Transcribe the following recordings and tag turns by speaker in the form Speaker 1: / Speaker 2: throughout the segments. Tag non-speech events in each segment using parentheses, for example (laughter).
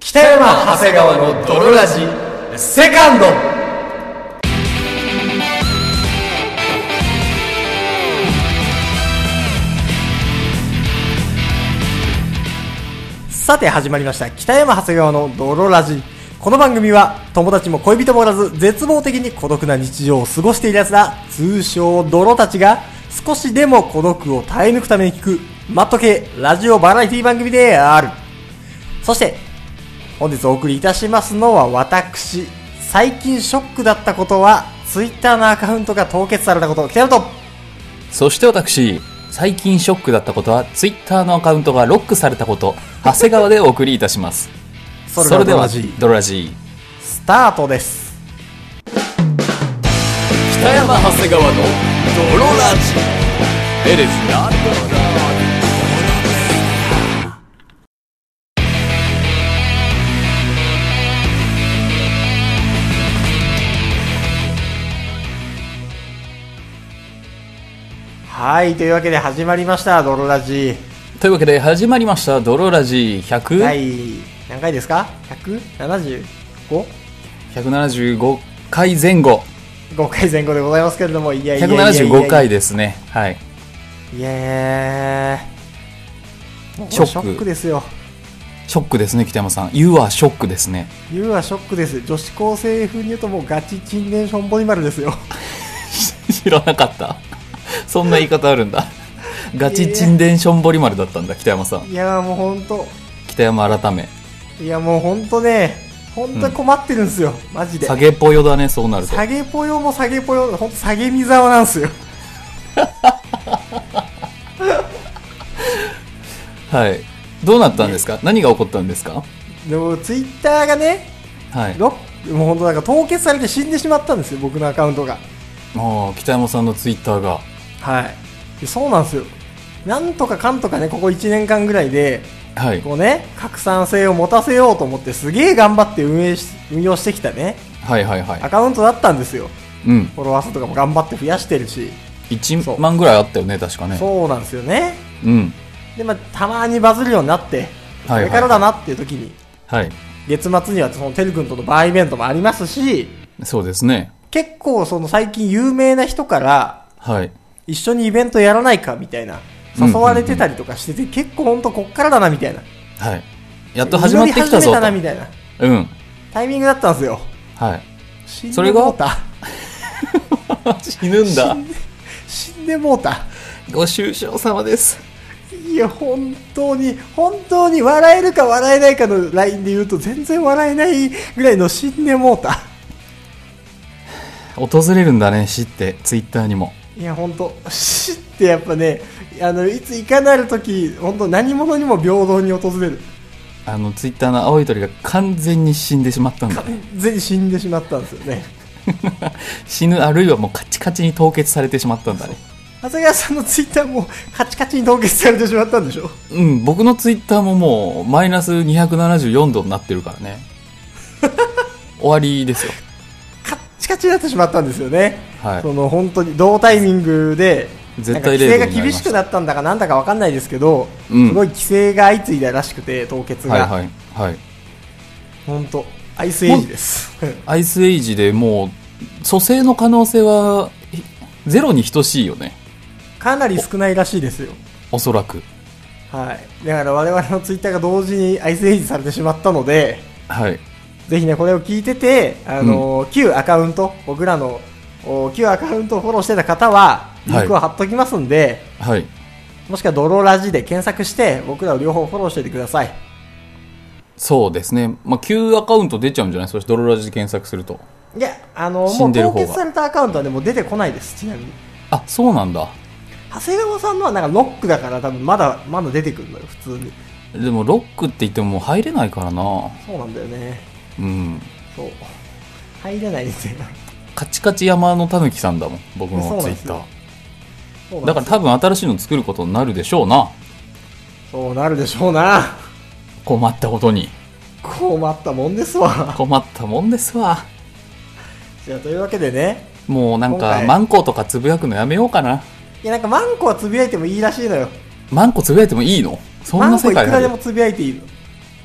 Speaker 1: 北山長谷川の泥ラジセカンドさて始まりました北山長谷川の泥ラジこの番組は友達も恋人もおらず絶望的に孤独な日常を過ごしている奴ら通称泥たちが少しでも孤独を耐え抜くために聞くマット系ラジオバラエティ番組であるそして、本日お送りいたしますのは私、最近ショックだったことは、ツイッターのアカウントが凍結されたこと、北山と、
Speaker 2: そして私、最近ショックだったことは、ツイッターのアカウントがロックされたこと、長谷川でお送りいたします。それでは、ドロラジ
Speaker 1: スタートです。
Speaker 2: 北山長谷川のドロラジエレスな
Speaker 1: はい、というわけで始まりました、ドロラジ。
Speaker 2: というわけで、始まりました、ドロラジ100、
Speaker 1: 第、何回ですか ?175?5
Speaker 2: 175回前後、
Speaker 1: 回前後でございますけれども、いやいやいやいや
Speaker 2: 175回。ですね。はい。
Speaker 1: いやーもう
Speaker 2: ショック
Speaker 1: ショックですよ。
Speaker 2: ショックですね、北山さん。You are ショックですね。 (laughs)
Speaker 1: 言うはショックです。女子高生風に言うともうガチチンデンションボニマルですよ。
Speaker 2: 知らなかった。そんな言い方あるんだ。ガチチンデンションボリマルだったんだ、北山さん。
Speaker 1: いやーもうほんと、
Speaker 2: 北山改め。
Speaker 1: いやもう本当ね、本当に困ってるんですよ、マジで。
Speaker 2: 下げぽよだね、そうなると。
Speaker 1: 下げぽよも下げぽよ、本当下げみざわなんですよ。
Speaker 2: はい。どうなったんですか、何が起こったんですか
Speaker 1: でもツイッターがね、
Speaker 2: はい。
Speaker 1: ロックもう本当なんか凍結されて死んでしまったんですよ、僕のアカウントが。
Speaker 2: もう、北山さんのツイッターが。
Speaker 1: はい。でそうなんですよ。なんとかかんとかね、ここ1年間ぐらいで、
Speaker 2: はい。
Speaker 1: こうね、拡散性を持たせようと思って、すげえ頑張って運営し、運用してきたね、
Speaker 2: はいはいは
Speaker 1: アカウントだったんですよ。
Speaker 2: い。うん。
Speaker 1: フォロワー数とかも頑張って増やしてるし。そう
Speaker 2: 1万ぐらいあったよね、確かね。
Speaker 1: そうなんですよね。
Speaker 2: うん。
Speaker 1: で、まあ、たまにバズるようになって、こ
Speaker 2: はいはい
Speaker 1: れからだなっていう時に、
Speaker 2: はい。
Speaker 1: 月末にはそのてるくんとのバーイベントもありますし、
Speaker 2: そうですね。
Speaker 1: 結構その最近有名な人から
Speaker 2: はい。
Speaker 1: 一緒にイベントやらないかみたいな誘われてたりとかしてて、結構ほんとこっからだなみたいな。
Speaker 2: はい。やっと始まってきた
Speaker 1: 祈り始め
Speaker 2: ぞ
Speaker 1: たな
Speaker 2: と。
Speaker 1: みたいな
Speaker 2: うん。
Speaker 1: タイミングだったんですよ。
Speaker 2: はい。
Speaker 1: 死ん
Speaker 2: そ
Speaker 1: で
Speaker 2: れが
Speaker 1: もうた。 (laughs)
Speaker 2: 死ぬんだ。
Speaker 1: 死んでもうた。
Speaker 2: ご愁傷様です。
Speaker 1: いや、本当に、本当に笑えるか笑えないかのラインで言うと全然笑えないぐらいの死んでもうた。
Speaker 2: 訪れるんだね、死って、ツイッターにも。
Speaker 1: いや本当死ってやっぱねあのいついかなる時本当何者にも平等に訪れる
Speaker 2: あの、ツイッターの青い鳥が完全に死んでしまったんだ
Speaker 1: (laughs)
Speaker 2: ね。
Speaker 1: 完全に死んでしまったんですよね
Speaker 2: 死ぬ、あるいはもうカチカチに凍結されてしまったんだね。
Speaker 1: 長谷川さんのツイッターもカチカチに凍結されてしまったんでしょ
Speaker 2: うん、僕のツイッターももうマイナス274度になってるから
Speaker 1: (laughs)
Speaker 2: ね。終わりですよ。
Speaker 1: カチカチになってしまったんですよね、
Speaker 2: はい
Speaker 1: その本当に同タイミングで
Speaker 2: 絶対
Speaker 1: なんか
Speaker 2: 0
Speaker 1: 規制が厳しくなったんだかなんだかわかんないですけど、
Speaker 2: うん
Speaker 1: すごい規制が相次いだらしくて凍結が、
Speaker 2: はいはい。はい。
Speaker 1: 本当アイスエイジです
Speaker 2: アイスエイジでもう、蘇生の可能性はひゼロに等しいよね。
Speaker 1: (laughs) かなり少ないらしいですよ
Speaker 2: おそらく。
Speaker 1: はい、だから我々のツイッターが同時にアイスエイジされてしまったので、
Speaker 2: はい。
Speaker 1: ぜひね、これを聞いてて、あのー旧アカウント、僕らのお旧アカウントをフォローしてた方は、
Speaker 2: い
Speaker 1: リンクを貼っときますんで、
Speaker 2: はい。
Speaker 1: もしくはドロラジで検索して、僕らを両方フォローしておいてください。
Speaker 2: そうですね。まあ、旧アカウント出ちゃうんじゃないそしてドロラジで検索すると。
Speaker 1: いや、あのー
Speaker 2: 死
Speaker 1: も
Speaker 2: ん
Speaker 1: う
Speaker 2: でる
Speaker 1: 凍
Speaker 2: 方が
Speaker 1: 結されたアカウントはね、もう出てこないです、ちなみに。
Speaker 2: あ、そうなんだ。
Speaker 1: 長谷川さんのはなんかロックだから、多分まだ、まだ出てくるのよ、普通に。
Speaker 2: でもロックって言ってももう入れないからな。
Speaker 1: そうなんだよね。
Speaker 2: うん。
Speaker 1: そう。入れないですよ。
Speaker 2: カチカチ山のたぬきさんだもん。僕の
Speaker 1: そうなん
Speaker 2: ツイ
Speaker 1: で
Speaker 2: ッ
Speaker 1: す
Speaker 2: ター
Speaker 1: よ。そうなん
Speaker 2: だ
Speaker 1: で
Speaker 2: か
Speaker 1: す
Speaker 2: ら多分新しいの作ることになるでしょうな。
Speaker 1: そうなるでしょうな。
Speaker 2: 困ったことに。
Speaker 1: 困ったもんですわ。
Speaker 2: 困ったもんですわ。
Speaker 1: じゃあというわけでね、
Speaker 2: もうなん
Speaker 1: 今
Speaker 2: か、
Speaker 1: 回
Speaker 2: マンコとかつぶやくのやめようかな。
Speaker 1: いやなんかマンコはつぶやいてもいいらしいのよ。
Speaker 2: マンコつぶやいてもいいのそん
Speaker 1: マ
Speaker 2: な
Speaker 1: ンコ
Speaker 2: 世
Speaker 1: いく
Speaker 2: 界
Speaker 1: ら
Speaker 2: あ
Speaker 1: で
Speaker 2: る
Speaker 1: もつぶやいていい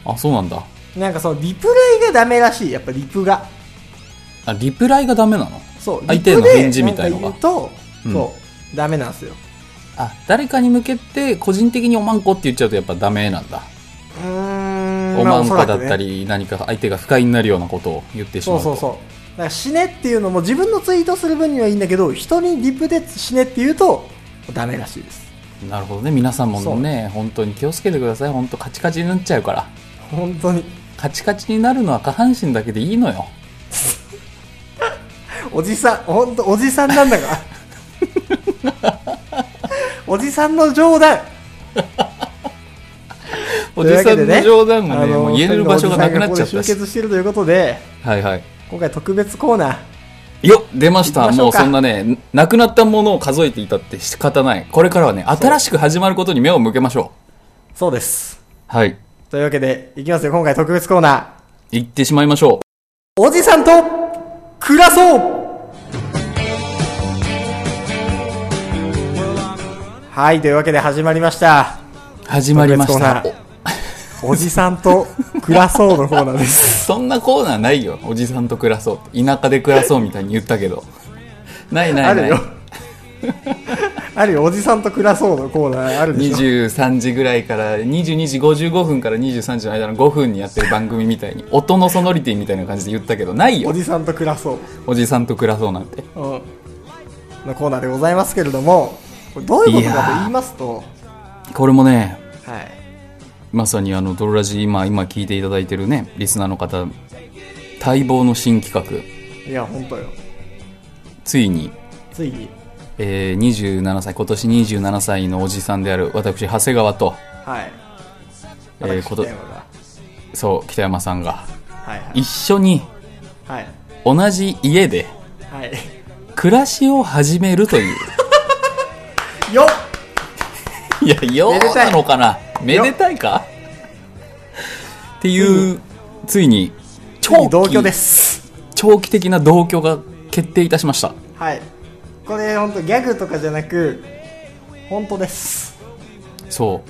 Speaker 1: の。
Speaker 2: あ、そうなんだ。
Speaker 1: なんかそのリプレイがダメらしいやっぱリプが
Speaker 2: あ、リプライがダメなの
Speaker 1: そう
Speaker 2: 相手への返事みたいのが
Speaker 1: リプでなんか言うと、
Speaker 2: うん
Speaker 1: そうダメなんですよ
Speaker 2: あ、誰かに向けて個人的におまんこって言っちゃうとやっぱダメなんだ。
Speaker 1: うーん
Speaker 2: お
Speaker 1: まあ
Speaker 2: まん
Speaker 1: お
Speaker 2: こ
Speaker 1: そら
Speaker 2: だっ
Speaker 1: くね
Speaker 2: たり、何か相手が不快になるようなことを言ってしま
Speaker 1: そうう
Speaker 2: と。
Speaker 1: そうそうだから死ねっていうのも自分のツイートする分にはいいんだけど人にリプで死ねって言うとダメらしいです
Speaker 2: なるほどね。皆さん
Speaker 1: そ
Speaker 2: も
Speaker 1: う
Speaker 2: ね、本当に気をつけてください。本当カチカチになっちゃうから。
Speaker 1: 本当に
Speaker 2: カチカチになるのは下半身だけでいいのよ。
Speaker 1: おじさん本当おじさんなんだから
Speaker 2: (laughs)
Speaker 1: おじさんの冗談
Speaker 2: おじさんの冗談が
Speaker 1: というわ
Speaker 2: ね、
Speaker 1: けで
Speaker 2: もう言える場所がなくなっちゃっ
Speaker 1: おじさんがここ
Speaker 2: たし
Speaker 1: で集。結しているということで
Speaker 2: はいはい。
Speaker 1: 今回特別コーナー
Speaker 2: よ出ました
Speaker 1: 行きまし
Speaker 2: も
Speaker 1: ょ
Speaker 2: う
Speaker 1: うか
Speaker 2: そんなね、なくなったものを数えていたって仕方ない。これからはね、新しく始まることに目を向けましょ
Speaker 1: そうです
Speaker 2: う。はい。
Speaker 1: というわけでいきますよ今回特別コーナー
Speaker 2: 行ってしまいましょ
Speaker 1: おじさんと暮らそうはいというわけで始まりました
Speaker 2: う。始まりました
Speaker 1: 特。別コーおじさんと暮らそうのコーナーで
Speaker 2: お
Speaker 1: す
Speaker 2: そんなコーナーないよ。おじさんと暮らそうって。田舎で暮らそうみたいに言ったけど。ないな
Speaker 1: あ
Speaker 2: いな
Speaker 1: る
Speaker 2: い
Speaker 1: よ。 (laughs) あるよおじさんと暮らそうのコーナーあるでしょ
Speaker 2: 23時ぐらいから22時55分から23時の間の5分にやってる番組みたいに音のソノリティみたいな感じで言ったけどない
Speaker 1: お
Speaker 2: よ
Speaker 1: じさんと暮らそう、
Speaker 2: おじさんと暮らそうなんて
Speaker 1: うん、のコーナーでございますけれどもこれどういうことかと言いますと
Speaker 2: これもね
Speaker 1: はい
Speaker 2: まさにあの、ドロラジ今、今聞いていただいてるね、リスナーの方、待望の新企画、
Speaker 1: いや本当よ
Speaker 2: ついに、
Speaker 1: ついに
Speaker 2: えー、27歳、今年27歳のおじさんである、私、長谷川と、
Speaker 1: はい
Speaker 2: えーこ
Speaker 1: 私北
Speaker 2: と
Speaker 1: 山が
Speaker 2: そう、北山さんが、
Speaker 1: はいはい
Speaker 2: 一緒に、
Speaker 1: はい
Speaker 2: 同じ家で、
Speaker 1: はい (laughs)
Speaker 2: 暮らしを始めるという。
Speaker 1: よっ
Speaker 2: (laughs) いや、よ
Speaker 1: めで
Speaker 2: う
Speaker 1: たい
Speaker 2: なのかなめでたいかっていう、ついに、長
Speaker 1: 同居で
Speaker 2: 期、
Speaker 1: す
Speaker 2: 長期的な同居が決定いたしました。
Speaker 1: はいこれ本当ギャグとかじゃなく本当です
Speaker 2: そ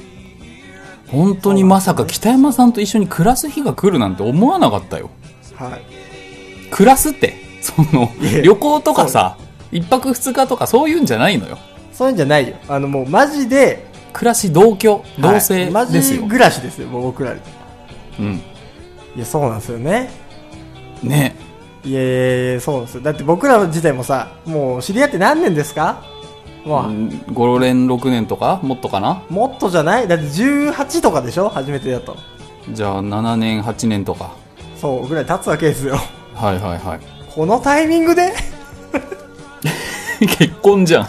Speaker 2: う本当にまさか北山さんと一緒に暮らす日が来るなんて思わなかったよ
Speaker 1: はい
Speaker 2: 暮らすってその
Speaker 1: いえ
Speaker 2: 旅行とかさ一泊二日とかそういうんじゃないのよ
Speaker 1: そういうんじゃないよあのもうマジで
Speaker 2: 暮らし同居同
Speaker 1: は
Speaker 2: 棲
Speaker 1: いマ
Speaker 2: です
Speaker 1: ジ
Speaker 2: よ、
Speaker 1: 暮らしですよもう僕らい
Speaker 2: うん
Speaker 1: やそうなんですよね
Speaker 2: ね
Speaker 1: いやいやいやそうなんですよだって僕ら自体もさもう知り合って何年ですかもう、
Speaker 2: 5年6年とかもっとかな
Speaker 1: もっとじゃないだって18とかでしょ初めてだと
Speaker 2: じゃあ7年8年とか
Speaker 1: そうぐらい経つわけですよ
Speaker 2: はいはいはい (laughs)
Speaker 1: このタイミングで (laughs)
Speaker 2: 結婚じゃん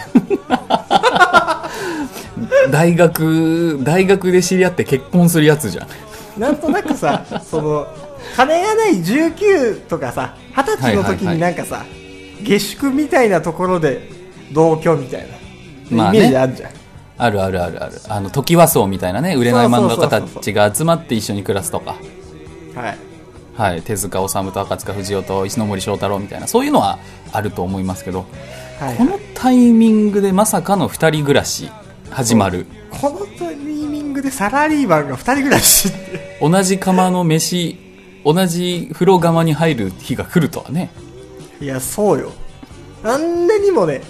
Speaker 2: 大学大学で知り合って結婚するやつじゃん
Speaker 1: なんとなくさその金がない19とかさ二十歳の時
Speaker 2: はいはいはい
Speaker 1: になんかさ、下宿みたいなところで同居みたいな、
Speaker 2: まあね
Speaker 1: イメージあるじゃん
Speaker 2: あるあるあるあるあのトキワ荘みたいなね売れない漫画家
Speaker 1: そ
Speaker 2: た
Speaker 1: うそうそう
Speaker 2: ちが集まって一緒に暮らすとか
Speaker 1: はい
Speaker 2: はい手塚治虫と赤塚不二夫と石ノ森章太郎みたいなそういうのはあると思いますけど
Speaker 1: はい
Speaker 2: このタイミングでまさかの2人暮らし始まる
Speaker 1: このタイミングでサラリーマンが2人ぐらいしって
Speaker 2: 同じ釜の飯同じ風呂釜に入る日が来るとはね
Speaker 1: いやそうよあんなにもね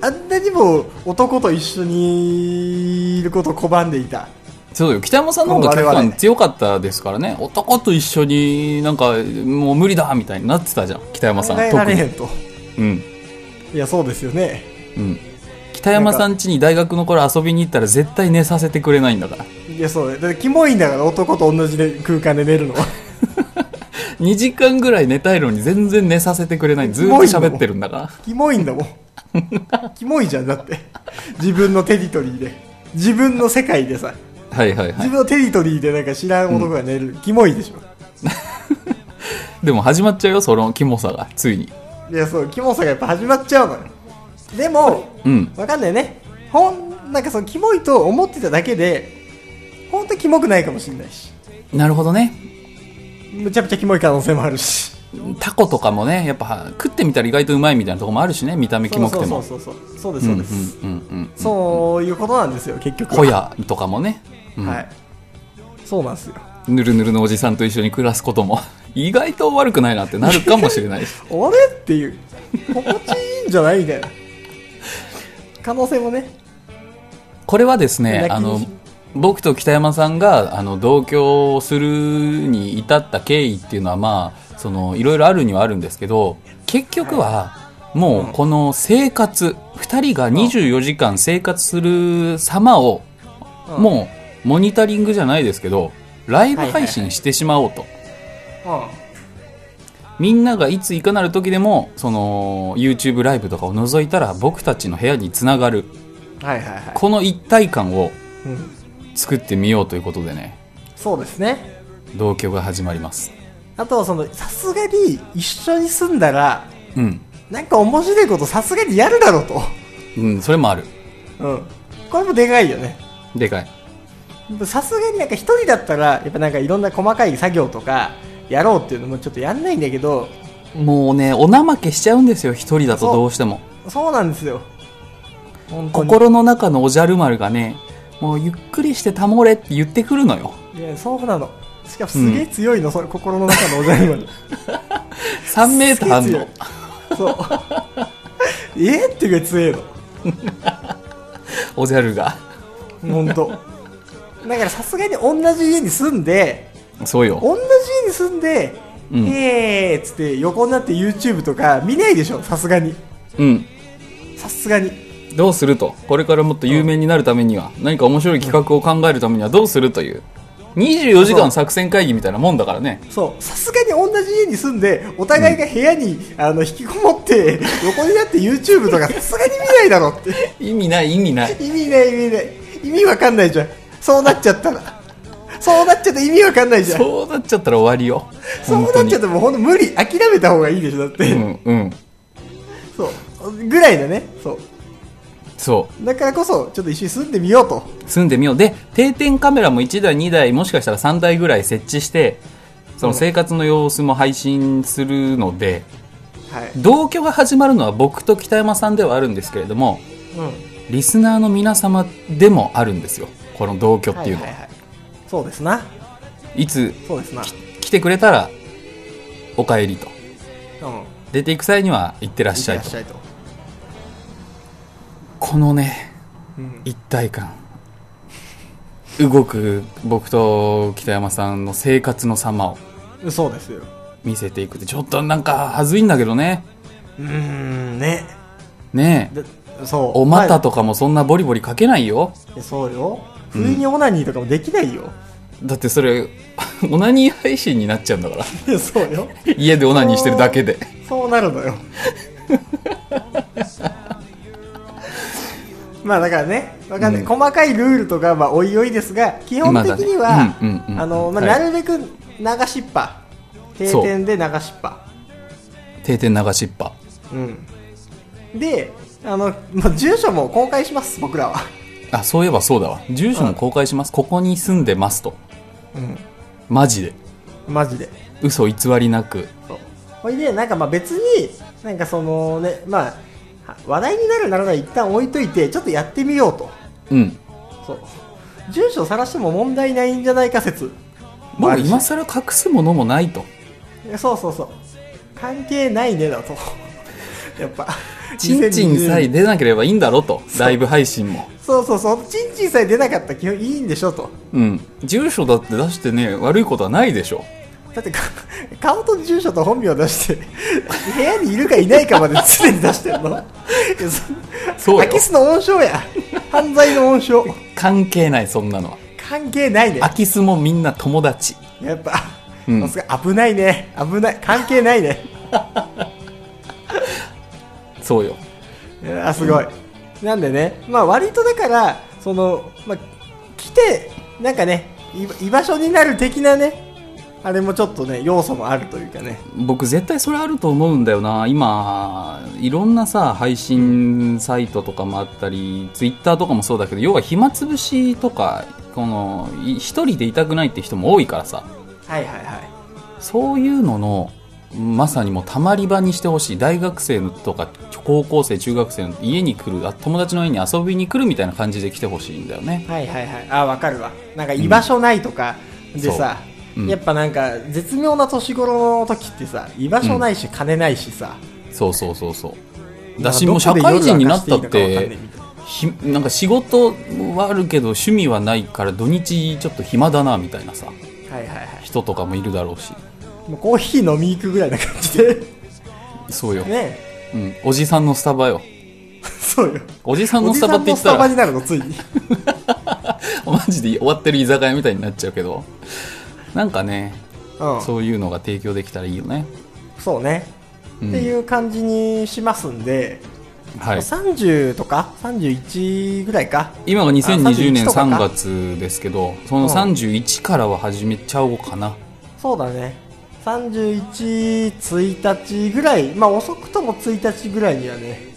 Speaker 1: あんなにも男と一緒にいることを拒んでいた
Speaker 2: そうよ北山さんの方が
Speaker 1: 我
Speaker 2: 結
Speaker 1: 々
Speaker 2: 構強かったですからね男と一緒になんかもう無理だみたいになってたじゃん北山さ
Speaker 1: 考
Speaker 2: ん
Speaker 1: え
Speaker 2: 特
Speaker 1: られへ
Speaker 2: に
Speaker 1: んと
Speaker 2: うん
Speaker 1: いやそうですよね
Speaker 2: うん、北山さん家に大学の頃遊びに行ったら絶対寝させてくれないんだから
Speaker 1: いやそうだよだってキモいんだから男と同じで空間で寝るの
Speaker 2: (laughs)
Speaker 1: は
Speaker 2: 2時間ぐらい寝たいのに全然寝させてくれないずっと喋ってるんだから
Speaker 1: キモいんだもんキモいじゃんだって自分のテリトリーで自分の世界でさ
Speaker 2: はいはいは
Speaker 1: 自
Speaker 2: い
Speaker 1: 分のテリトリーでなんか知らん男が寝る、キモいでしょ
Speaker 2: でも始まっちゃうよそのキモさがついに
Speaker 1: いやそうキモさがやっぱ始まっちゃうのよでも
Speaker 2: うん
Speaker 1: わかんないねほんなんかそのキモいと思ってただけで本当にキモくないかもしれないし
Speaker 2: なるほどね
Speaker 1: むちゃくちゃキモい可能性もあるし
Speaker 2: タコとかもねやっぱ食ってみたら意外とうまいみたいなとこもあるしね見た目キモくても
Speaker 1: そうそうそうそうそうで
Speaker 2: う
Speaker 1: すそうう
Speaker 2: ん
Speaker 1: んです、
Speaker 2: うんうん
Speaker 1: そういうことなんですよ結局は
Speaker 2: ホヤとかもね、うん
Speaker 1: はいそうなんですよ
Speaker 2: ぬるぬるのおじさんと一緒に暮らすことも意外と悪くないなってなるかもしれないし
Speaker 1: あれっていう心地いいんじゃないみたいな可能性もね
Speaker 2: これはですね
Speaker 1: 泣き
Speaker 2: あの
Speaker 1: 虫
Speaker 2: 僕と北山さんがあの同居をするに至った経緯っていうのはまあそのいろいろあるにはあるんですけど結局はもうこの生活、二2人が24時間生活する様を、
Speaker 1: うん
Speaker 2: もうモニタリングじゃないですけどライブ配信してしまおうと、
Speaker 1: う
Speaker 2: みんながいついかなる時でもその YouTube ライブとかを覗いたら僕たちの部屋につながる
Speaker 1: んはいはいはい、
Speaker 2: この一体感を
Speaker 1: うん、
Speaker 2: 作ってみようということでね
Speaker 1: そうですね
Speaker 2: 同居が始まります
Speaker 1: あとはそのさすがに一緒に住んだら
Speaker 2: うん、
Speaker 1: なんか面白いことさすがにやるだろうと
Speaker 2: うん、それもある
Speaker 1: うんこれもでかいよね
Speaker 2: でかい
Speaker 1: さすがになんか一人だったらやっぱなんかいろんな細かい作業とかやろうっていうのもちょっとやんないんだけど
Speaker 2: もうねお怠けしちゃうんですよ一人だとどうしても
Speaker 1: そうなんですよ本当に
Speaker 2: 心の中のおじゃる丸がねもうゆっくりしてたもれって言ってくるのよ
Speaker 1: いやそうなのしかもすげえ強いの、それ心の中のおじゃる
Speaker 2: (laughs)
Speaker 1: 丸
Speaker 2: 3メーターあんの
Speaker 1: そう (laughs) えーってぐらい強いの
Speaker 2: おじゃるが
Speaker 1: 本当。だからさすがに同じ家に住んで
Speaker 2: そうよ
Speaker 1: 同じ家に住んで、
Speaker 2: うん
Speaker 1: えーっつって横になって YouTube とか見ないでしょさすがに
Speaker 2: うん
Speaker 1: さすがに
Speaker 2: どうするとこれからもっと有名になるためには、何か面白い企画を考えるためにはどうするという24時間作戦会議みたいなもんだからね
Speaker 1: そうさすがに同じ家に住んでお互いが部屋に、あの引きこも
Speaker 2: (laughs)
Speaker 1: って横になって YouTube とかさすがに見ないだろって
Speaker 2: 意味ない意味ない
Speaker 1: 意味ない意味ない意味わかんないじゃんそうなっちゃったらそうなっちゃったら意味わかんないじゃん
Speaker 2: そうなっちゃったら終わりよ
Speaker 1: そう
Speaker 2: 本
Speaker 1: な
Speaker 2: 当
Speaker 1: っ
Speaker 2: に
Speaker 1: ちゃってもうほんと無理諦めた方がいいでしょだって、
Speaker 2: うんうん
Speaker 1: そうぐらいだねそう
Speaker 2: そう
Speaker 1: だからこそちょっと一緒に住んでみようと
Speaker 2: 住んでみようで定点カメラも1台2台もしかしたら3台ぐらい設置してその生活の様子も配信するので
Speaker 1: はい、
Speaker 2: 同居が始まるのは僕と北山さんではあるんですけれども
Speaker 1: うん、
Speaker 2: リスナーの皆様でもあるんですよこの同居ってい
Speaker 1: はい
Speaker 2: うのは,、い
Speaker 1: はいはい、そうですな
Speaker 2: つ
Speaker 1: そうですな
Speaker 2: 来てくれたら「おかえり」と
Speaker 1: うん
Speaker 2: 出ていく際には「行ってらっ
Speaker 1: いっ
Speaker 2: してゃい
Speaker 1: らっ
Speaker 2: と
Speaker 1: しゃいと、
Speaker 2: このね
Speaker 1: うん、
Speaker 2: 一体感動く僕と北山さんの生活の様を
Speaker 1: そうですよ
Speaker 2: 見せていくってちょっとなんか恥ずいんだけどね
Speaker 1: うーんね
Speaker 2: ねえ
Speaker 1: でそう
Speaker 2: お股とかもそんなボリボリかけないよ
Speaker 1: まあそうよ不意にオナニーとかもできないよ、
Speaker 2: だってそれ (laughs) オナニー配信になっちゃうん (laughs) だから
Speaker 1: そうよ
Speaker 2: 家でオナニーしてるだけで
Speaker 1: そうなるのよ (laughs) まあだからねわかんない、
Speaker 2: うん
Speaker 1: 細かいルールとかはまあおいおいですが基本的に
Speaker 2: ま
Speaker 1: は
Speaker 2: だねうんうんうん
Speaker 1: あのまあ
Speaker 2: はい
Speaker 1: なるべく流しっぱ定
Speaker 2: そう
Speaker 1: 点で流しっぱ
Speaker 2: 定点流しっぱ
Speaker 1: うん、であの、まあ、住所も公開します僕らは、
Speaker 2: あそういえばそうだわ住所も公開します、ここに住んでますと
Speaker 1: うん、
Speaker 2: マジで
Speaker 1: マジで
Speaker 2: 嘘偽りなく
Speaker 1: そうほいでなんかまあ別になんかそのねまあは話題になるならない一旦置いといてちょっとやってみようと
Speaker 2: うん
Speaker 1: そう住所探しても問題ないんじゃないか説
Speaker 2: もう今
Speaker 1: す
Speaker 2: 更隠すものもないと
Speaker 1: そうそうそう関係ないねだと (laughs) やっぱ
Speaker 2: チンチンさえ
Speaker 1: 2020
Speaker 2: 出なければいいんだろとライブ配信も
Speaker 1: そうそうそうチンチンさえ出なかったら基本いいんでしょと
Speaker 2: うん住所だって出してね悪いことはないでしょ
Speaker 1: だってか顔と住所と本名を出して部屋にいるかいないかまで常に出してるのいやそ
Speaker 2: そうよ
Speaker 1: 空き巣の温床
Speaker 2: (laughs)
Speaker 1: や犯罪の温床
Speaker 2: 関係ないそんなのは
Speaker 1: 関係ないね
Speaker 2: 空き巣もみんな友達
Speaker 1: やっぱ、
Speaker 2: うん
Speaker 1: さすが危ないね危ない関係ないね
Speaker 2: そうよ
Speaker 1: いやすごい、なんでねまあ割とだからその、まあ、来てなんかねい居場所になる的なねあれもちょっとね要素もあるというかね
Speaker 2: 僕絶対それあると思うんだよな今いろんなさ配信サイトとかもあったりツイッターとかもそうだけど要は暇つぶしとかこのい一人でいたくないって人も多いからさ
Speaker 1: はいはいはい
Speaker 2: そういうののまさにもうたまり場にしてほしい大学生とか高校生中学生の家に来るあ友達の家に遊びに来るみたいな感じで来てほしいんだよね
Speaker 1: はいはいはいあわかるわなんか居場所ないとかでさ、
Speaker 2: うん
Speaker 1: やっぱなんか絶妙な年頃の時ってさ居場所ないし金ないしさ、
Speaker 2: そうそうそうそう
Speaker 1: な
Speaker 2: だ
Speaker 1: んか
Speaker 2: しもう社
Speaker 1: どこで
Speaker 2: 会人になった
Speaker 1: 夜
Speaker 2: っ
Speaker 1: 明かしていいのかわかんない
Speaker 2: て
Speaker 1: みたいな
Speaker 2: ひなんか仕事はあるけど趣味はないから土日ちょっと暇だなみたいなさ
Speaker 1: はいはいは
Speaker 2: 人とかもいるだろうし
Speaker 1: いもうコーヒー飲み行くぐらいな感じで
Speaker 2: そうよ、
Speaker 1: (laughs) ね
Speaker 2: うん、おじさんのスタバよ
Speaker 1: そうよ
Speaker 2: おじさん
Speaker 1: お
Speaker 2: の
Speaker 1: じ
Speaker 2: スタ
Speaker 1: さ
Speaker 2: バっ
Speaker 1: ん
Speaker 2: て
Speaker 1: の
Speaker 2: 言っ
Speaker 1: ス
Speaker 2: た
Speaker 1: タバ
Speaker 2: ら
Speaker 1: になるのついに
Speaker 2: (laughs) マジで終わってる居酒屋みたいになっちゃうけどなんかね
Speaker 1: うんそ
Speaker 2: そういうのが提供できたらいいよね、
Speaker 1: うね、
Speaker 2: うん
Speaker 1: っていう感じにしますんで、
Speaker 2: はい、
Speaker 1: 30とか31ぐらいか
Speaker 2: 今が
Speaker 1: 31
Speaker 2: 2020年
Speaker 1: とかか
Speaker 2: 3月ですけどそ
Speaker 1: うん
Speaker 2: の31からは始めちゃおうかな、
Speaker 1: そうだね311日ぐらいまあ遅くとも1日ぐらいにはね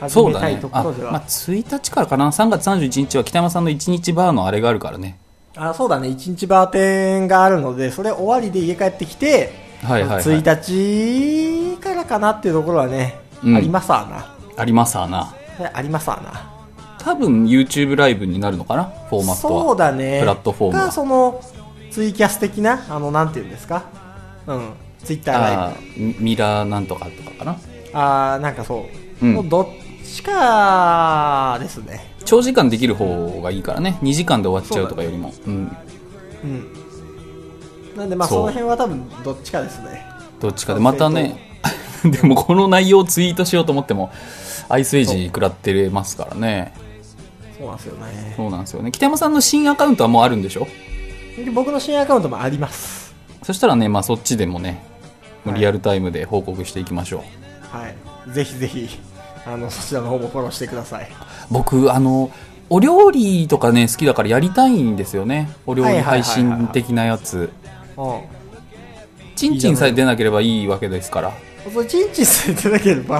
Speaker 1: 始
Speaker 2: そう
Speaker 1: め
Speaker 2: だ
Speaker 1: たい
Speaker 2: ね
Speaker 1: とこ
Speaker 2: あ、
Speaker 1: ろでは
Speaker 2: まあ、1日からかな3月31日は北山さんの1日バーのあれがあるからね
Speaker 1: あそうだね1日バーテンがあるのでそれ終わりで家帰ってきて、
Speaker 2: はいはい、はい、
Speaker 1: 1日からかなっていうところはね、
Speaker 2: うん
Speaker 1: ありますわ
Speaker 2: ありますわな
Speaker 1: なありますわな
Speaker 2: 多分 YouTube ライブになるのかなフォーマットは
Speaker 1: そうだね
Speaker 2: プラットフォームは
Speaker 1: がそのツイキャス的なあのなんていうんですかうんツイッターライ
Speaker 2: あーミラーなんとかとかかな
Speaker 1: ブああーなんかそう、
Speaker 2: うん
Speaker 1: もうどっちかですね
Speaker 2: 長時間できる方がいいからね2時間で終わっちゃうとかよりもう、ん、
Speaker 1: うんなんでまあそ
Speaker 2: そ
Speaker 1: の
Speaker 2: う
Speaker 1: 辺は多分どっちかですね
Speaker 2: どっちかでまたね (laughs) でもこの内容をツイートしようと思ってもアイスエイジ食らってますからね
Speaker 1: そうなんですよね
Speaker 2: そうなんですよね北山さんの新アカウントはもうあるんでしょ
Speaker 1: で僕の新アカウントもあります
Speaker 2: そしたらね、まあ、そっちでもねもう
Speaker 1: はい
Speaker 2: リアルタイムで報告していきましょう、
Speaker 1: はい、ぜひぜひあのそちらの方もフォローしてください。
Speaker 2: 僕あのお料理とかね好きだからやりたいんですよねお料理配信的なやつ
Speaker 1: う
Speaker 2: チンチンさえ出なければいいわけですから
Speaker 1: ん、それチンチンさえてなければ、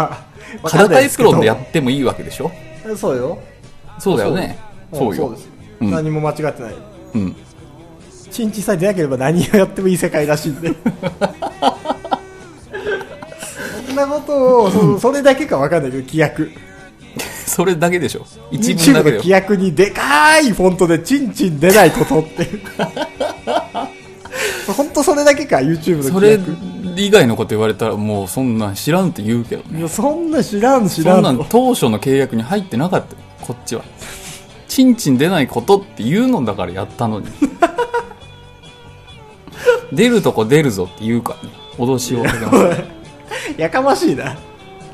Speaker 1: わかんな
Speaker 2: 体
Speaker 1: い
Speaker 2: エ
Speaker 1: す
Speaker 2: プ
Speaker 1: けど
Speaker 2: ロンでやってもいいわけでしょ
Speaker 1: そうよ。
Speaker 2: そうだよねそ
Speaker 1: ん
Speaker 2: うよ
Speaker 1: です、
Speaker 2: うん
Speaker 1: 何も間違ってない。
Speaker 2: うん (laughs)
Speaker 1: チンチンさえ出なければ何をやってもいい世界らしいんで。そんなことをそ、それだけかわかんないけど、規約。
Speaker 2: それだけでしょ一文
Speaker 1: YouTube の
Speaker 2: だけだよ
Speaker 1: 規約にでかいフォントでチンチン出ないことって。本当それだけか、YouTube の
Speaker 2: そ
Speaker 1: 規
Speaker 2: れ
Speaker 1: 約。
Speaker 2: 以外のこと言われたらもうそんなん知らんって言うけど
Speaker 1: い
Speaker 2: ね
Speaker 1: やそんな知らん知ら
Speaker 2: そ
Speaker 1: ん
Speaker 2: んな
Speaker 1: と
Speaker 2: ん当初の契約に入ってなかったよこっちはチンチン出ないことって言うのだからやったのに (laughs) 出るとこ出るぞって言うからね脅しをか
Speaker 1: (laughs)
Speaker 2: けます
Speaker 1: やかましいな。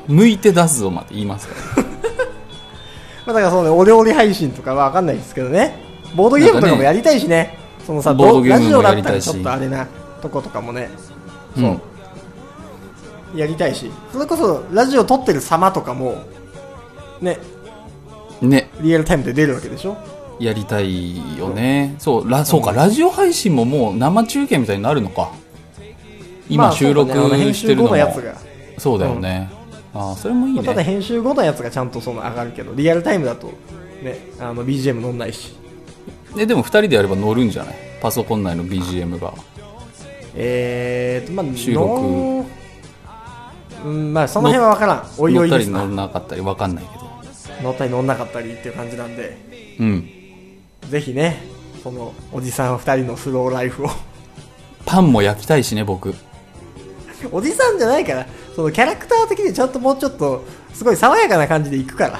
Speaker 1: ま
Speaker 2: 抜いて出すぞまで言いますから
Speaker 1: あ、だからそうね、お料理配信とかはわかんないですけどね。ボードゲームとかもやりたいしね。そのさ、
Speaker 2: ボード
Speaker 1: ど
Speaker 2: ゲー
Speaker 1: ラ
Speaker 2: ム
Speaker 1: ジ
Speaker 2: も
Speaker 1: オ
Speaker 2: や
Speaker 1: だっ
Speaker 2: り
Speaker 1: た
Speaker 2: た
Speaker 1: ら
Speaker 2: いし
Speaker 1: ちょっとあれなとことかもね、
Speaker 2: う
Speaker 1: そやりたいし。それこそ、ラジオ撮ってる様とかも、ね、
Speaker 2: んね
Speaker 1: リアルタイムで出るわけでしょ。
Speaker 2: やりたいよねそうラそうかラジオ配信ももう生中継みたいになるのか
Speaker 1: ま
Speaker 2: 今
Speaker 1: あ
Speaker 2: 収録
Speaker 1: そうだねあの編
Speaker 2: して
Speaker 1: 集後
Speaker 2: るのも
Speaker 1: のやつが。
Speaker 2: そうだよねあーそれもいい
Speaker 1: ただ
Speaker 2: ね
Speaker 1: 編集後のやつがちゃんとその上がるけど、リアルタイムだと、ね、あの、BGM 乗んないし。
Speaker 2: ででも2人でやれば乗るんじゃないパソコン内の BGM が
Speaker 1: えーと、まあ、
Speaker 2: 収録
Speaker 1: のうん、まあ、その辺は分からん。おい
Speaker 2: 乗
Speaker 1: お
Speaker 2: っ
Speaker 1: い
Speaker 2: た
Speaker 1: で
Speaker 2: り
Speaker 1: す
Speaker 2: 乗
Speaker 1: な
Speaker 2: ら。なかったりわかんないけど
Speaker 1: 乗ったり乗んなかったりっていう感じなんで、
Speaker 2: うん
Speaker 1: ぜひね、その、おじさん二人のスローライフを。 (laughs)
Speaker 2: パンも焼きたいしね僕
Speaker 1: おじさんじゃないから、そのキャラクター的にちゃんともうちょっと、すごい爽やかな感じで行くから。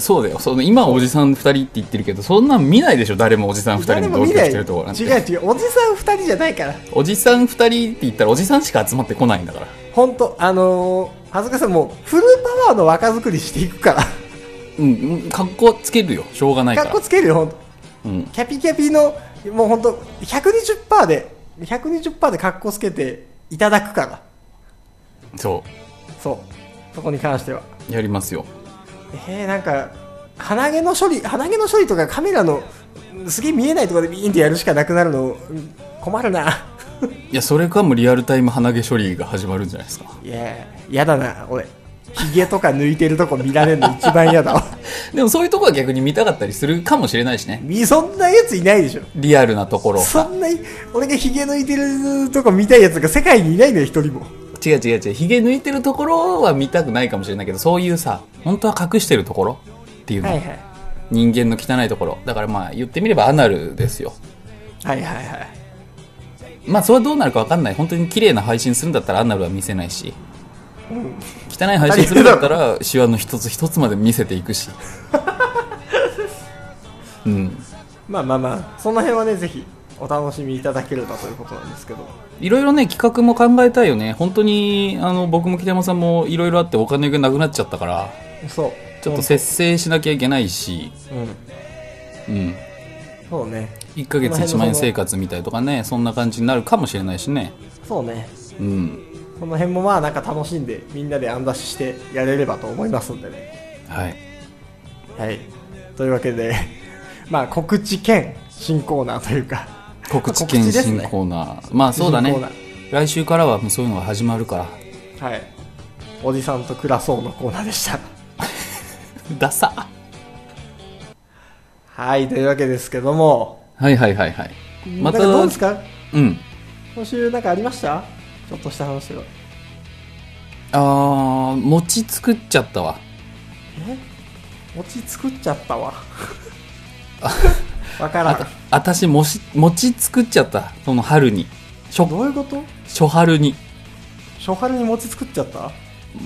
Speaker 2: そうだよその今はおじさん2人って言ってるけどそんなん見ないでしょ誰もおじさん2人の同居してるところなん
Speaker 1: 違う
Speaker 2: て
Speaker 1: 違う、おじさん二人じゃないから。
Speaker 2: おじさん2人って言ったらおじさんしか集まってこないんだから
Speaker 1: ほんと、あのー、恥ずかしい、もう、フルパワーの若作りしていくから。
Speaker 2: うんうん格好つけるよしょうがないか
Speaker 1: かっ
Speaker 2: ら
Speaker 1: こつけるよ、ほんと。
Speaker 2: うん
Speaker 1: キャピキャピの、もうほんと、120%で、120%で格好つけていただくから。
Speaker 2: そ
Speaker 1: そう。そこに関しては。
Speaker 2: うやりますよ
Speaker 1: えー、なんか、鼻毛の処理、鼻毛の処理とかカメラの、すげえ見えないところでビーンってやるしかなくなるの、うん困るな。 (laughs)
Speaker 2: いやそれかもリアルタイム鼻毛処理が始まるんじゃないですか
Speaker 1: いや、嫌だな、俺。ヒゲとか抜いてるとこ見られるの一番嫌だわ。 (laughs)
Speaker 2: でもそういうとこは逆に見たかったりするかもしれないしね
Speaker 1: みそんなやついないでしょ。
Speaker 2: リアルなところ
Speaker 1: そんなに、俺がヒゲ抜いてるとこ見たいやつが世界にいないのよ、一人も。
Speaker 2: 違う違う違うひげ抜いてるところは見たくないかもしれないけどそういうさ本当は隠してるところっていうの、
Speaker 1: はいはい。
Speaker 2: 人間の汚いところだからまあ言ってみればアナルですよ
Speaker 1: はいはいはい。
Speaker 2: まあそれはどうなるかわかんない本当に綺麗な配信するんだったらアナルは見せないし、汚い配信するんだったら手話の一つ一つまで見せてい
Speaker 1: (laughs)
Speaker 2: くしうん
Speaker 1: まあまあまあその辺はねぜひお楽しみいただければということなんですけど
Speaker 2: いろいろね企画も考えたいよね本当にあの僕も北山さんもいろいろあってお金がなくなっちゃったから
Speaker 1: そう
Speaker 2: ちょっと節制しなきゃいけないし、
Speaker 1: うん
Speaker 2: うん、
Speaker 1: そうね
Speaker 2: 1ヶ月1万円生活みたいとかねそんな感じになるかもしれないしね
Speaker 1: そうね
Speaker 2: うん
Speaker 1: その辺もまあなんか楽しんでみんなで案出ししてやれればと思いますんでね
Speaker 2: はい
Speaker 1: はいというわけで (laughs) まあ告知兼新コーナーというか (laughs)
Speaker 2: 告知検診コーナー、まあそうだ
Speaker 1: 新
Speaker 2: ね
Speaker 1: コーナ
Speaker 2: 来週からはもうそういうのが始まるから
Speaker 1: はいおじさんと暮らそうのコーナーでした
Speaker 2: ダサ
Speaker 1: はいというわけですけども
Speaker 2: はいはいはいはいまた
Speaker 1: なんかどうですか
Speaker 2: うん
Speaker 1: 今週なんかありましたちょっとした話が
Speaker 2: あー餅作っちゃったわ
Speaker 1: え餅作っちゃった
Speaker 2: (laughs)
Speaker 1: わわからん
Speaker 2: 私もし餅作っちゃったその春に初
Speaker 1: どういうこと
Speaker 2: 初春に、
Speaker 1: 初春に餅作っちゃった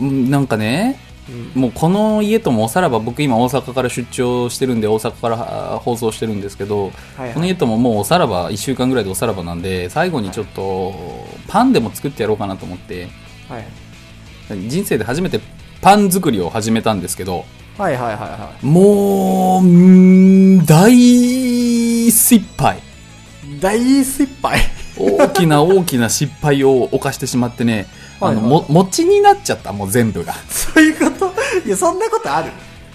Speaker 2: うん、なんかね
Speaker 1: うん
Speaker 2: もうこの家ともおさらば僕今大阪から出張してるんで大阪からあ放送してるんですけど、
Speaker 1: はいはい
Speaker 2: この家とももうおさらば1週間ぐらいでおさらばなんで最後にちょっとパンでも作ってやろうかなと思って
Speaker 1: はい
Speaker 2: 人生で初めてパン作りを始めたんですけど
Speaker 1: はいはいはいは
Speaker 2: もううん大失敗
Speaker 1: い大失敗
Speaker 2: 大きな大きな失敗を犯してしまってねあの
Speaker 1: はいはい
Speaker 2: も餅になっちゃったもう全部が
Speaker 1: そういうこといやそんなことある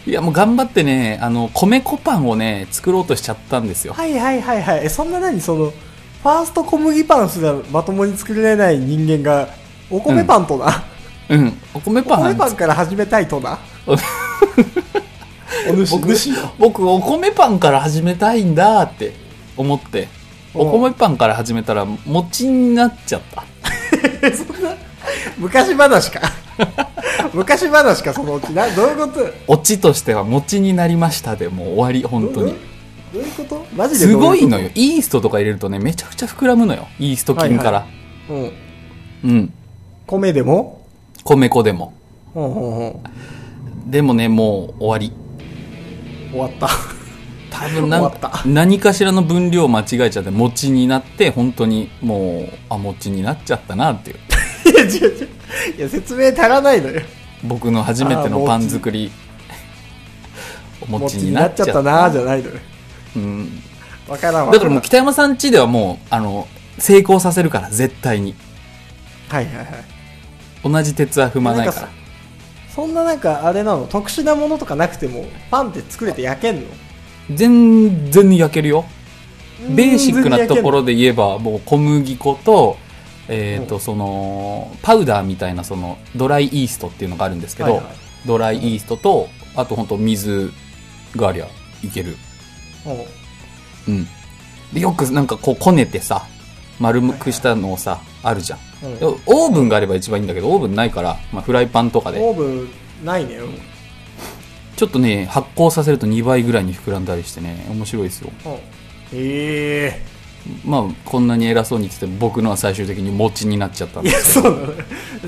Speaker 2: いやもう頑張ってねあの米粉パンをね作ろうとしちゃったんですよ
Speaker 1: はいはいはいはいえそんな何そのファースト小麦パンすらまともに作れない人間がお米パンとな、
Speaker 2: うんお米
Speaker 1: お
Speaker 2: パ
Speaker 1: 米
Speaker 2: ン
Speaker 1: パンから始めたいと
Speaker 2: (laughs)
Speaker 1: なお主
Speaker 2: 僕
Speaker 1: 主よ
Speaker 2: 僕お米パンから始めたいんだって思って
Speaker 1: うん
Speaker 2: お米パンから始めたら餅になっちゃった
Speaker 1: 昔話
Speaker 2: (laughs)
Speaker 1: か昔話かそのうちなどういうこと
Speaker 2: オチとしては餅になりましたでもう終わり本当に
Speaker 1: どういうことマジです
Speaker 2: ごいの
Speaker 1: よ、
Speaker 2: よイーストとか入れるとねめちゃくちゃ膨らむのよイースト菌から、
Speaker 1: はうん、
Speaker 2: うん
Speaker 1: 米でも
Speaker 2: 米粉でも
Speaker 1: ほんほんほん
Speaker 2: でもねもう終わり
Speaker 1: 終わった
Speaker 2: 多分なん
Speaker 1: 終わった
Speaker 2: 何かしらの分量間違えちゃって餅になって本当にもうあ餅になっちゃったなっていう
Speaker 1: いや違う違ういや説明足らないのよ
Speaker 2: 僕の初めてのパン作り
Speaker 1: (laughs)
Speaker 2: お
Speaker 1: 餅
Speaker 2: 餅
Speaker 1: に
Speaker 2: に
Speaker 1: な
Speaker 2: な
Speaker 1: っ
Speaker 2: っ
Speaker 1: ち
Speaker 2: ち
Speaker 1: ゃ
Speaker 2: ゃ
Speaker 1: っ
Speaker 2: ったた
Speaker 1: なーじゃないのよ
Speaker 2: うん、
Speaker 1: (laughs) わからんわ
Speaker 2: だからもう北山さん家ではもうあの成功させるから絶対に
Speaker 1: はいはいはい
Speaker 2: 同じ鉄は踏まないから
Speaker 1: なんかそんななんかあれなの特殊なものとかなくてもパンって作れて焼けんの
Speaker 2: 全然焼けるよベーシックなところで言えばもう小麦粉と,、えー、とそのパウダーみたいなそのドライイーストっていうのがあるんですけど、
Speaker 1: はいはい
Speaker 2: ドライイーストとあと本当水がありゃいける
Speaker 1: うんうん
Speaker 2: うんでよくなんかこうこねてさ丸くしたのをさ、あるじゃんでもオーブンがあれば一番いいんだけどオーブンないから、まあ、フライパンとかで
Speaker 1: オーブンないねうん
Speaker 2: ちょっとね発酵させると2倍ぐらいに膨らんだりしてね面白いですよ
Speaker 1: うんへえ
Speaker 2: まあこんなに偉そうに言ってて僕のは最終的に餅になっちゃったん
Speaker 1: い
Speaker 2: で
Speaker 1: やそうなのよ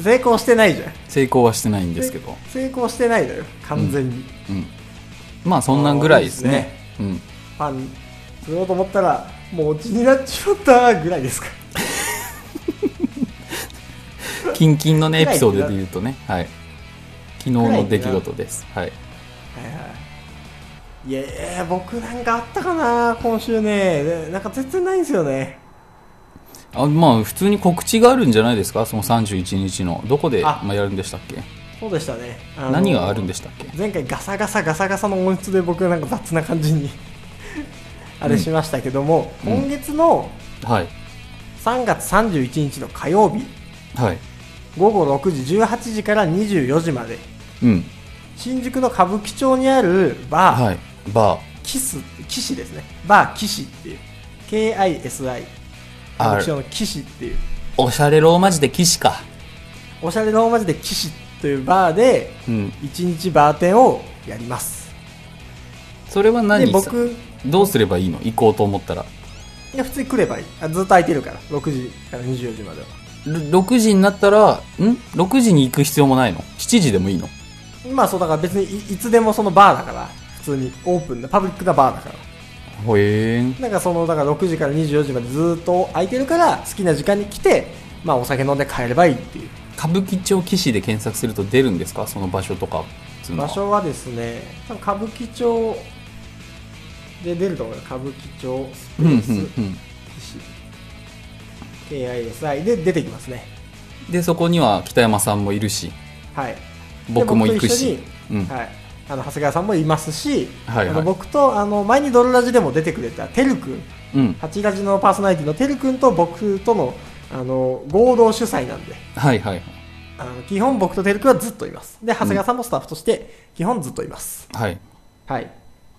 Speaker 1: 成功してないじゃん
Speaker 2: 成功はしてないんですけど、
Speaker 1: 成功してないのよ完全に、
Speaker 2: うん、まあそんなんぐらいですねうん、
Speaker 1: パン作ろうと思ったらもうお家になっちまったぐらいですか
Speaker 2: キンキンのねエピソードで言うとねはい昨日の出来事ですはい
Speaker 1: はいはいいやー僕なんかあったかな今週ねでなんか全然ないんですよね
Speaker 2: あまあ普通に告知があるんじゃないですかその31日のどこで
Speaker 1: あ
Speaker 2: まあ、やるんでしたっけ
Speaker 1: そうでしたねあの
Speaker 2: 何があるんでしたっけ
Speaker 1: 前回ガサガサガサガサの音質で僕なんか雑な感じに (laughs) あれしましたけども、
Speaker 2: うん
Speaker 1: 今月の
Speaker 2: はい
Speaker 1: 3月31日の火曜日
Speaker 2: はい
Speaker 1: 午後6時18時から24時まで
Speaker 2: うん
Speaker 1: 新宿の歌舞伎町にあるバー、
Speaker 2: はいバー
Speaker 1: キス、騎士ですね。バー騎士っていう。KISI。歌
Speaker 2: あ
Speaker 1: 舞伎町の騎士っていう。
Speaker 2: おしゃれローマ字で騎士か
Speaker 1: おしゃれローマ字で騎士というバーで、
Speaker 2: うん
Speaker 1: 一日バーテンをやります。
Speaker 2: それは
Speaker 1: で、
Speaker 2: 何
Speaker 1: 僕、
Speaker 2: どうすればいいの行こうと思ったら
Speaker 1: いや、普通に来ればいい。あずっと空いてるから。6時から24時までは。
Speaker 2: 6時になったら、ん ?6 時に行く必要もないの ?7 時でもいいの
Speaker 1: まあそうだから別にいいつでもそのバーだから。普通にオープンな、パブリックなバーだから。
Speaker 2: ほえーん。
Speaker 1: なんかその、だから6時から24時までずっと空いてるから、好きな時間に来て、まあお酒飲んで帰ればいいっていう。
Speaker 2: 歌舞伎町騎士で検索すると出るんですかその場所とか。つうの
Speaker 1: 場
Speaker 2: は
Speaker 1: 所はですね、多分歌舞伎町で出ると思うよ。歌舞伎町ス
Speaker 2: う
Speaker 1: ペ
Speaker 2: んうんう
Speaker 1: ー
Speaker 2: ん
Speaker 1: ス、岸 KISI で出てきますね。
Speaker 2: で、そこには北山さんもいるし、
Speaker 1: はい。
Speaker 2: 僕も行く
Speaker 1: で
Speaker 2: し
Speaker 1: 僕と。
Speaker 2: うん。
Speaker 1: はい、あの長谷川さんもいますし、
Speaker 2: はい
Speaker 1: あ
Speaker 2: はい
Speaker 1: の僕とあの前に「ドルラジ」でも出てくれたてるくん
Speaker 2: うん。
Speaker 1: 八ラジのパーソナリティのてるくんと僕とのあの合同主催なんで
Speaker 2: はいはいはい。
Speaker 1: あの基本僕とてるくんはずっといますで長谷川さんもスタッフとして基本ずっといます、
Speaker 2: はい。
Speaker 1: はいっ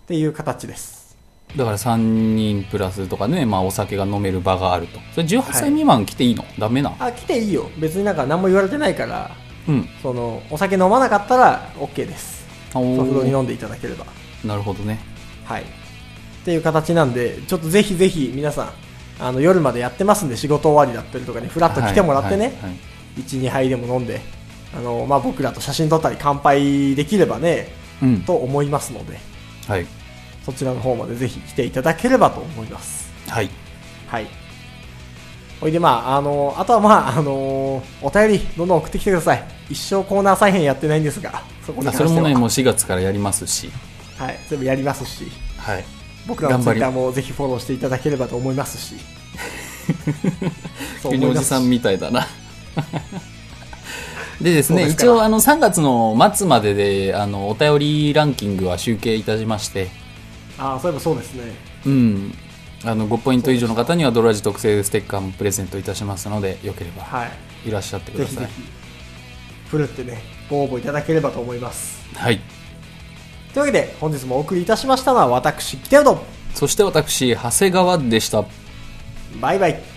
Speaker 1: ていう形です
Speaker 2: だから3人プラスとかね、まあお酒が飲める場があると。それ18
Speaker 1: い
Speaker 2: 歳未満来ていいの、ダメな。
Speaker 1: あ来ていいよ別になんか何も言われてないから
Speaker 2: うん。
Speaker 1: そのお酒飲まなかったら OK です
Speaker 2: お
Speaker 1: ソフトに
Speaker 2: ー
Speaker 1: 飲んでいただければ
Speaker 2: なるほどね。
Speaker 1: はい。っていう形なんで、ちょっとぜひぜひ皆さん、あの夜までやってますんで、仕事終わりだったりとかね、ふらっと来てもらってね、
Speaker 2: はいはいはい
Speaker 1: 1、2杯でも飲んで、あのまあ、僕らと写真撮ったり、乾杯できればね、
Speaker 2: うん。
Speaker 1: と思いますので、
Speaker 2: はい。
Speaker 1: そちらの方までぜひ来ていただければと思います。
Speaker 2: はい。
Speaker 1: はい。ほいで、まあ、あの、あとはまあ、あの、お便り、どんどん送ってきてください。一生コーナー再編やってないんですが、そこに関して
Speaker 2: そ
Speaker 1: は
Speaker 2: れもね、もう4月からやりますし。
Speaker 1: はい、全部やりますし。
Speaker 2: はい。
Speaker 1: 僕らのツ
Speaker 2: 頑
Speaker 1: イ
Speaker 2: 張
Speaker 1: ッ
Speaker 2: り
Speaker 1: ターもぜひフォローしていただければと思います
Speaker 2: (laughs)
Speaker 1: しそう
Speaker 2: 急に
Speaker 1: 思
Speaker 2: お
Speaker 1: いま
Speaker 2: じ
Speaker 1: す
Speaker 2: さんみたい
Speaker 1: (laughs)
Speaker 2: だな。でです
Speaker 1: そう
Speaker 2: ね、
Speaker 1: ですか
Speaker 2: 一応あの3月の末までであのお便りランキングは集計いたしまして、
Speaker 1: ああそういえばそうですね
Speaker 2: うん、あの5ポイント以上の方にはドロラジ特製ステッカーもプレゼントいたしますので、よければ
Speaker 1: はい
Speaker 2: いらっしゃってく
Speaker 1: ぜ
Speaker 2: だ
Speaker 1: ひ
Speaker 2: さ
Speaker 1: ぜ
Speaker 2: い。
Speaker 1: ひふるってねご応募いただければと思います
Speaker 2: はい。
Speaker 1: というわけで本日もお送りいたしましたのは私北野と
Speaker 2: そして私、長谷川でした。
Speaker 1: バイバイ